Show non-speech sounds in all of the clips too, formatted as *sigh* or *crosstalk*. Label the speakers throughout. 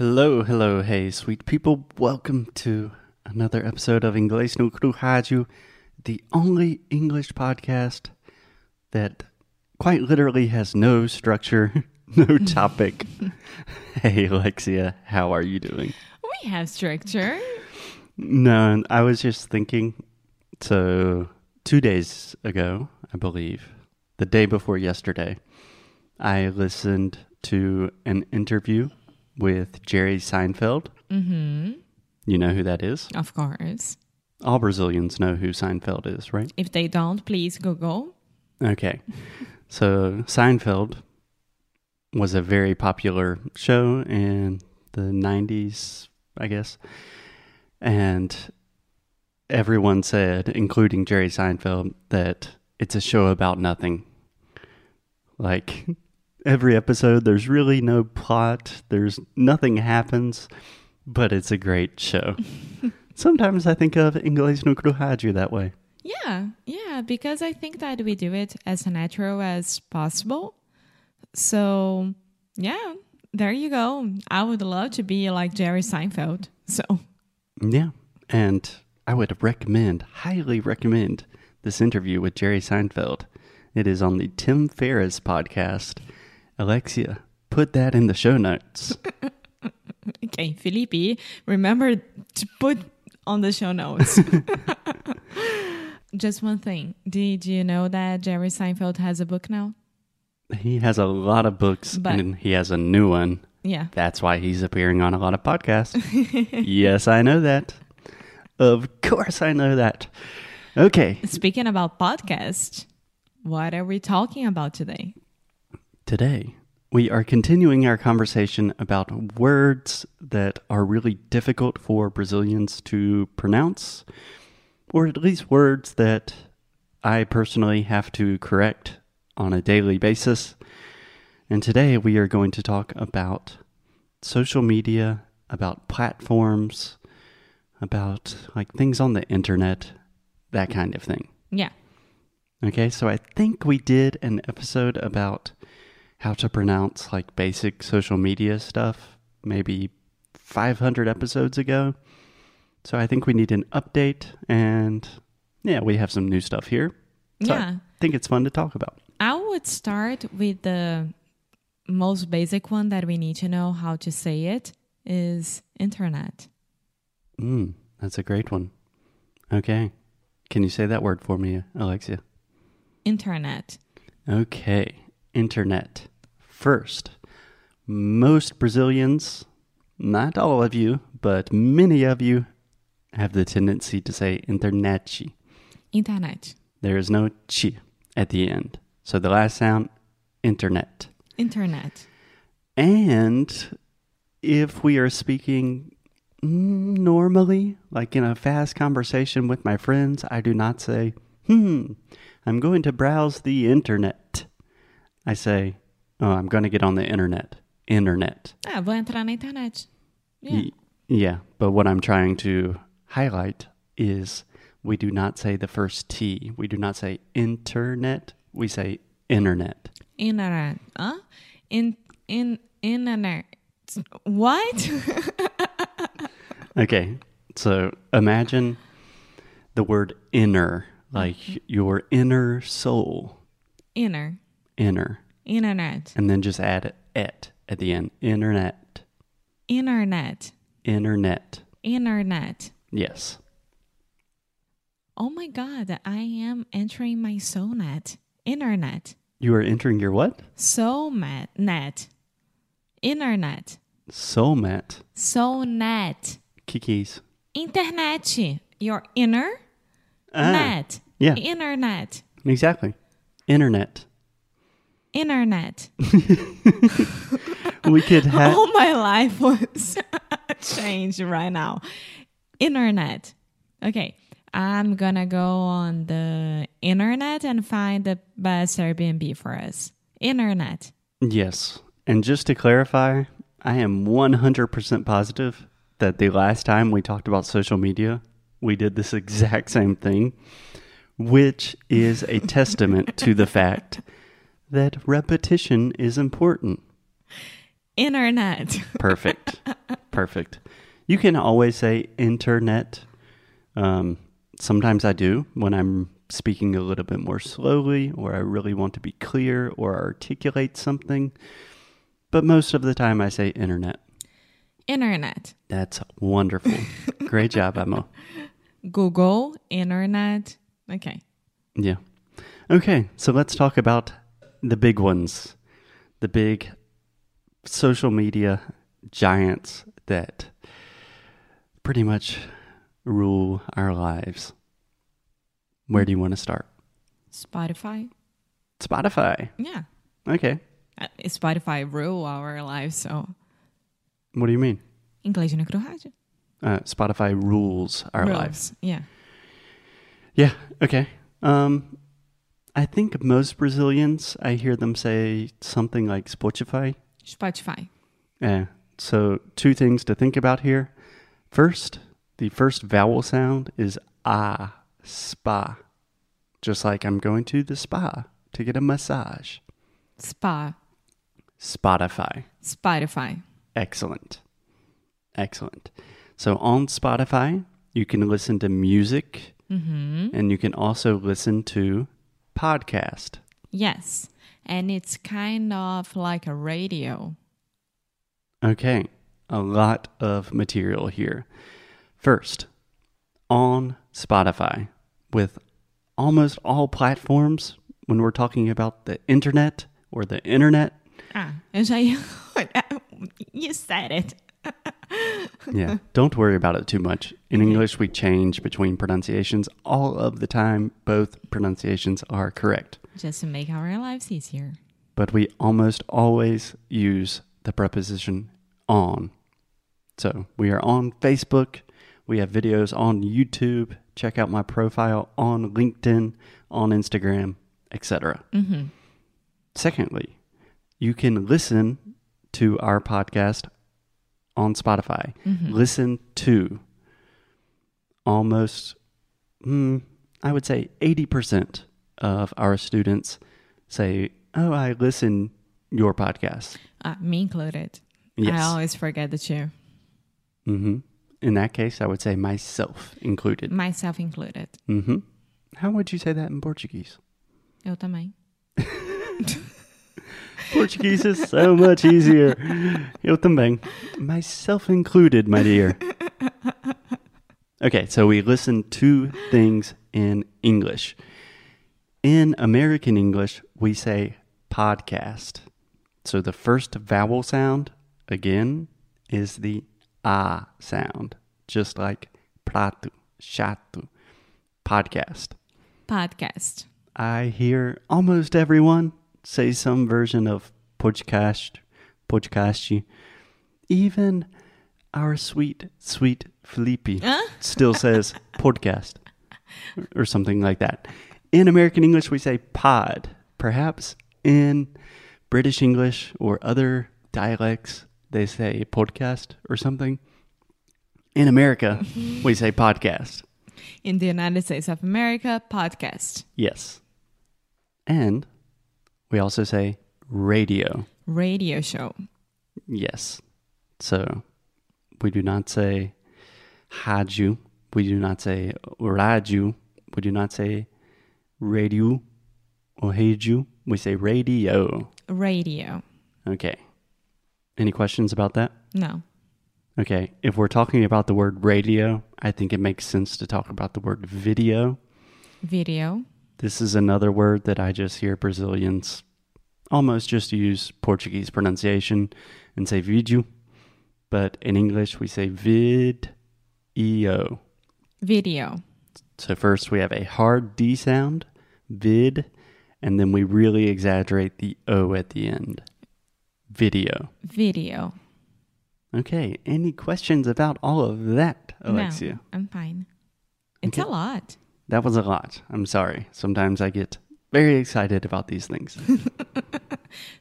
Speaker 1: Hello, hello, hey, sweet people. Welcome to another episode of Inglés no Crujaju, the only English podcast that quite literally has no structure, *laughs* no topic. *laughs* hey, Alexia, how are you doing?
Speaker 2: We have structure.
Speaker 1: No, I was just thinking. So, two days ago, I believe, the day before yesterday, I listened to an interview with Jerry Seinfeld.
Speaker 2: hmm
Speaker 1: You know who that is?
Speaker 2: Of course.
Speaker 1: All Brazilians know who Seinfeld is, right?
Speaker 2: If they don't, please Google.
Speaker 1: Okay. so Seinfeld was a very popular show in the 90s, I guess. And everyone said, including Jerry Seinfeld, that it's a show about nothing. Like every episode, there's really no plot, there's nothing happens, but it's a great show. Sometimes I think of Inglés no Crujaju that way.
Speaker 2: Yeah, yeah, because I think that we do it as natural as possible. So, yeah, there you go. I would love to be like Jerry Seinfeld. So, *laughs*
Speaker 1: Yeah. And I would recommend, highly recommend, this interview with Jerry Seinfeld. It is on the Tim Ferriss podcast. Alexia, put that in the show notes.
Speaker 2: okay, Felipe, remember to put on the show *laughs* notes. Just one thing. Did you know that Jerry Seinfeld has a book now?
Speaker 1: he has a lot of books
Speaker 2: But-
Speaker 1: and he has a new one.
Speaker 2: Yeah.
Speaker 1: That's why he's appearing on a lot of podcasts. yes, I know that. Of course, I know that. Okay.
Speaker 2: Speaking about podcast, what are we talking about today?
Speaker 1: Today, we are continuing our conversation about words that are really difficult for Brazilians to pronounce, or at least words that I personally have to correct on a daily basis. And today, we are going to talk about social media, about platforms, about like things on the internet, that kind of thing.
Speaker 2: Yeah.
Speaker 1: Okay, so I think we did an episode about how to pronounce like basic social media stuff, maybe 500 episodes ago. So I think we need an update, and yeah, we have some new stuff here. So
Speaker 2: Yeah.
Speaker 1: I think it's fun to talk about.
Speaker 2: I would start with the most basic one that we need to know how to say it is internet.
Speaker 1: Mm, that's a great one. Okay, can you say that word for me, Alexia?
Speaker 2: Internet.
Speaker 1: Okay, internet. First, most Brazilians, not all of you, but many of you, have the tendency to say internet.
Speaker 2: Internet.
Speaker 1: There is no chi at the end. So the last sound, internet.
Speaker 2: Internet.
Speaker 1: And if we are speaking mm, normally, like in a fast conversation with my friends, I do not say, hmm, I'm going to browse the internet. I say, oh, I'm going to get on the internet. Internet.
Speaker 2: Ah, vou entrar na internet. Yeah.
Speaker 1: Y- yeah. But what I'm trying to highlight is we do not say the first T. We do not say internet. We say internet.
Speaker 2: Internet. Huh? In in internet. What? *laughs*
Speaker 1: Okay. So imagine the word inner, like your inner soul,
Speaker 2: Inner.
Speaker 1: inner,
Speaker 2: Internet.
Speaker 1: and then just add et at the end. Internet,
Speaker 2: Internet.
Speaker 1: internet.
Speaker 2: Internet.
Speaker 1: Yes.
Speaker 2: Oh my god, I am entering my soulnet. Internet.
Speaker 1: You are entering your what?
Speaker 2: Soulnet. Net. Internet.
Speaker 1: Soulmate.
Speaker 2: Soulnet.
Speaker 1: Kikis.
Speaker 2: Internet. Your inner
Speaker 1: Ah,
Speaker 2: net.
Speaker 1: yeah.
Speaker 2: Internet.
Speaker 1: Exactly. Internet.
Speaker 2: Internet.
Speaker 1: We could
Speaker 2: *laughs*
Speaker 1: have.
Speaker 2: All my life was *laughs* changed right now. Internet. Okay. I'm gonna go on the internet and find the best Airbnb for us. Internet.
Speaker 1: Yes. And just to clarify, I am 100% positive that the last time we talked about social media, we did this *laughs* exact same thing, which is a testament to the fact that repetition is important.
Speaker 2: Internet. *laughs*
Speaker 1: Perfect. Perfect. You can always say internet. Um, sometimes I do when I'm speaking a little bit more slowly or I really want to be clear or articulate something. But most of the time I say internet.
Speaker 2: Internet.
Speaker 1: That's wonderful. Great job, Emma.
Speaker 2: Google, internet. Okay.
Speaker 1: Yeah. Okay, so let's talk about the big ones, the big social media giants that pretty much rule our lives. Where do you want to start?
Speaker 2: Spotify.
Speaker 1: Spotify.
Speaker 2: Yeah.
Speaker 1: Okay.
Speaker 2: Uh, Spotify rule our lives, so
Speaker 1: What do you mean?
Speaker 2: inglês no rádio.
Speaker 1: Uh, Spotify rules our lives.
Speaker 2: Yeah.
Speaker 1: Yeah. Okay. Um, I think most Brazilians, I hear them say something like Spotify.
Speaker 2: Spotify.
Speaker 1: Yeah. Eh, So, two things to think about here. First, the first vowel sound is ah, spa. Just like I'm going to the spa to get a massage.
Speaker 2: Spa.
Speaker 1: Spotify.
Speaker 2: Spotify.
Speaker 1: Excellent. Excellent. So, on Spotify, you can listen to music and you can also listen to podcast.
Speaker 2: Yes. And it's kind of like a radio.
Speaker 1: Okay, a lot of material here. First, on Spotify, with almost all platforms, when we're talking about the internet or the internet,
Speaker 2: Ah, eu já ia olhar. *laughs* You said it.
Speaker 1: yeah, don't worry about it too much. In English, we change between pronunciations all of the time. Both pronunciations are correct,
Speaker 2: Just to make our lives easier.
Speaker 1: but we almost always use the preposition on. So we are on Facebook. We have videos on YouTube. Check out my profile on LinkedIn, on Instagram, etc. Secondly, you can listen to our podcast on Spotify. Listen to almost, hmm, I would say, 80% of our students say, Oh, I listen your podcast.
Speaker 2: Ah, me included.
Speaker 1: Yes.
Speaker 2: I always forget the two.
Speaker 1: hmm In that case, I would say myself included.
Speaker 2: Myself included.
Speaker 1: hmm How would you say that in Portuguese?
Speaker 2: Eu também.
Speaker 1: Portuguese is so much easier. Eu também. Myself included, my dear. Okay, so we listen to things in English. In American English, we say podcast. So the first vowel sound, again, is the ah sound, just like prato, chato, podcast.
Speaker 2: Podcast.
Speaker 1: I hear almost everyone say some version of podcast, podcast. Even our sweet, sweet Felipe still says podcast or something like that. In American English, we say pod. Perhaps in British English or other dialects, they say podcast or something. In America, we say podcast.
Speaker 2: In the United States of America, podcast.
Speaker 1: Yes. And we also say radio.
Speaker 2: Radio show.
Speaker 1: Yes. So we do not say haju. We do not say raju. We do not say radio or heju. We say radio.
Speaker 2: Radio.
Speaker 1: Okay. Any questions about that?
Speaker 2: No.
Speaker 1: Okay. If we're talking about the word radio, I think it makes sense to talk about the word video.
Speaker 2: Video.
Speaker 1: This is another word that I just hear Brazilians almost just use Portuguese pronunciation and say vídeo, but in English we say vid-eo.
Speaker 2: Video.
Speaker 1: So first we have a hard D sound, vid, and then we really exaggerate the O at the end. Video.
Speaker 2: Video.
Speaker 1: Okay, any questions about all of that, Alexia?
Speaker 2: No, I'm fine. It's a lot.
Speaker 1: That was a lot. I'm sorry. Sometimes I get very excited about these things.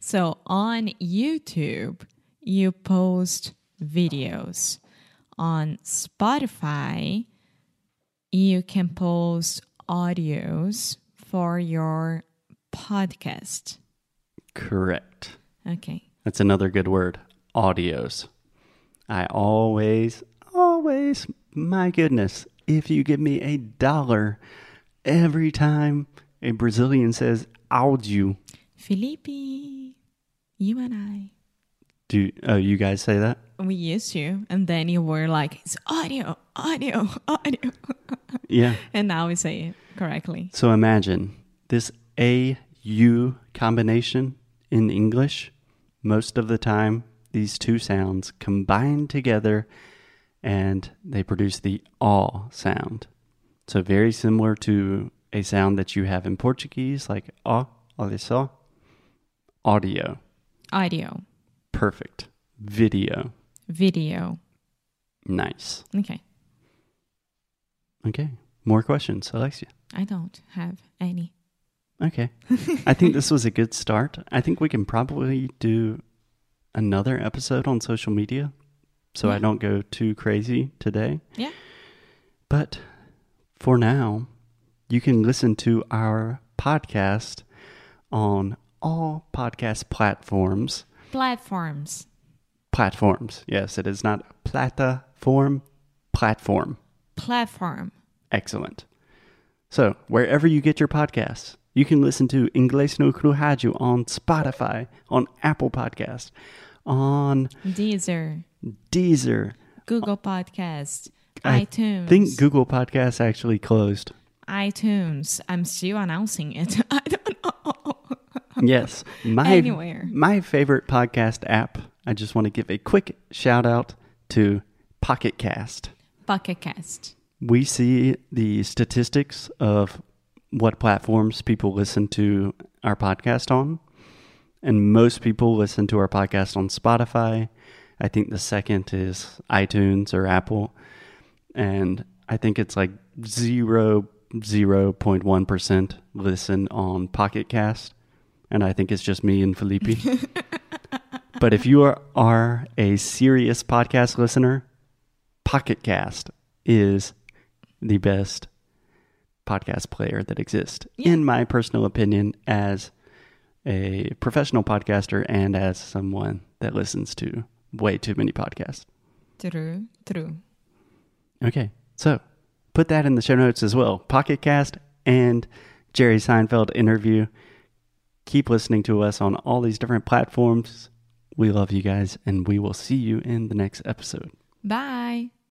Speaker 2: So on YouTube, you post videos. On Spotify, you can post audios for your podcast.
Speaker 1: Correct.
Speaker 2: Okay.
Speaker 1: That's another good word. Audios. I always, always, my goodness, if you give me a dollar every time a Brazilian says áudio,
Speaker 2: Felipe, you and I.
Speaker 1: do oh, you guys say that?
Speaker 2: We used to, and then you were like, it's audio, audio, *laughs* audio.
Speaker 1: Yeah.
Speaker 2: and now we say it correctly.
Speaker 1: So imagine this AU combination in English. Most of the time, these two sounds combine together and they produce the all sound. So, very similar to a sound that you have in Portuguese, like ó, olha só, audio,
Speaker 2: Audio,
Speaker 1: perfect, video,
Speaker 2: video.
Speaker 1: nice.
Speaker 2: Okay,
Speaker 1: Okay, more questions, Alexia.
Speaker 2: I don't have any.
Speaker 1: Okay. I think this was a good start. I think we can probably do another episode on social media so I
Speaker 2: Yeah.
Speaker 1: don't go too crazy today.
Speaker 2: Yeah.
Speaker 1: But for now, you can listen to our podcast on all podcast platforms.
Speaker 2: Platforms.
Speaker 1: Platforms. Yes, it is not plataform, platform.
Speaker 2: Platform.
Speaker 1: Excellent. So, wherever you get your podcasts, you can listen to Inglés no Crujaju on Spotify, on Apple Podcasts, on
Speaker 2: Deezer.
Speaker 1: Deezer.
Speaker 2: Google Podcast.
Speaker 1: I
Speaker 2: iTunes.
Speaker 1: I think Google Podcasts actually closed.
Speaker 2: iTunes. I'm still announcing it. *laughs* I don't know.
Speaker 1: Yes. My,
Speaker 2: Anywhere.
Speaker 1: My favorite podcast app, I just want to give a quick shout out to Pocket Cast.
Speaker 2: Pocket Cast.
Speaker 1: we see the statistics of what platforms people listen to our podcast on. And most people listen to our podcast on Spotify. I think the second is iTunes or Apple. And I think it's like zero zero point one percent listen on Pocket Cast. And I think it's just me and Felipe. but if you are, are a serious podcast listener, Pocket Cast is the best podcast player that exists,
Speaker 2: Yeah.
Speaker 1: in my personal opinion, as a professional podcaster and as someone that listens to way too many podcasts.
Speaker 2: True. True.
Speaker 1: Okay, so put that in the show notes as well. Pocket Cast and Jerry Seinfeld interview. Keep listening to us on all these different platforms. We love you guys, and we will see you in the next episode.
Speaker 2: Bye.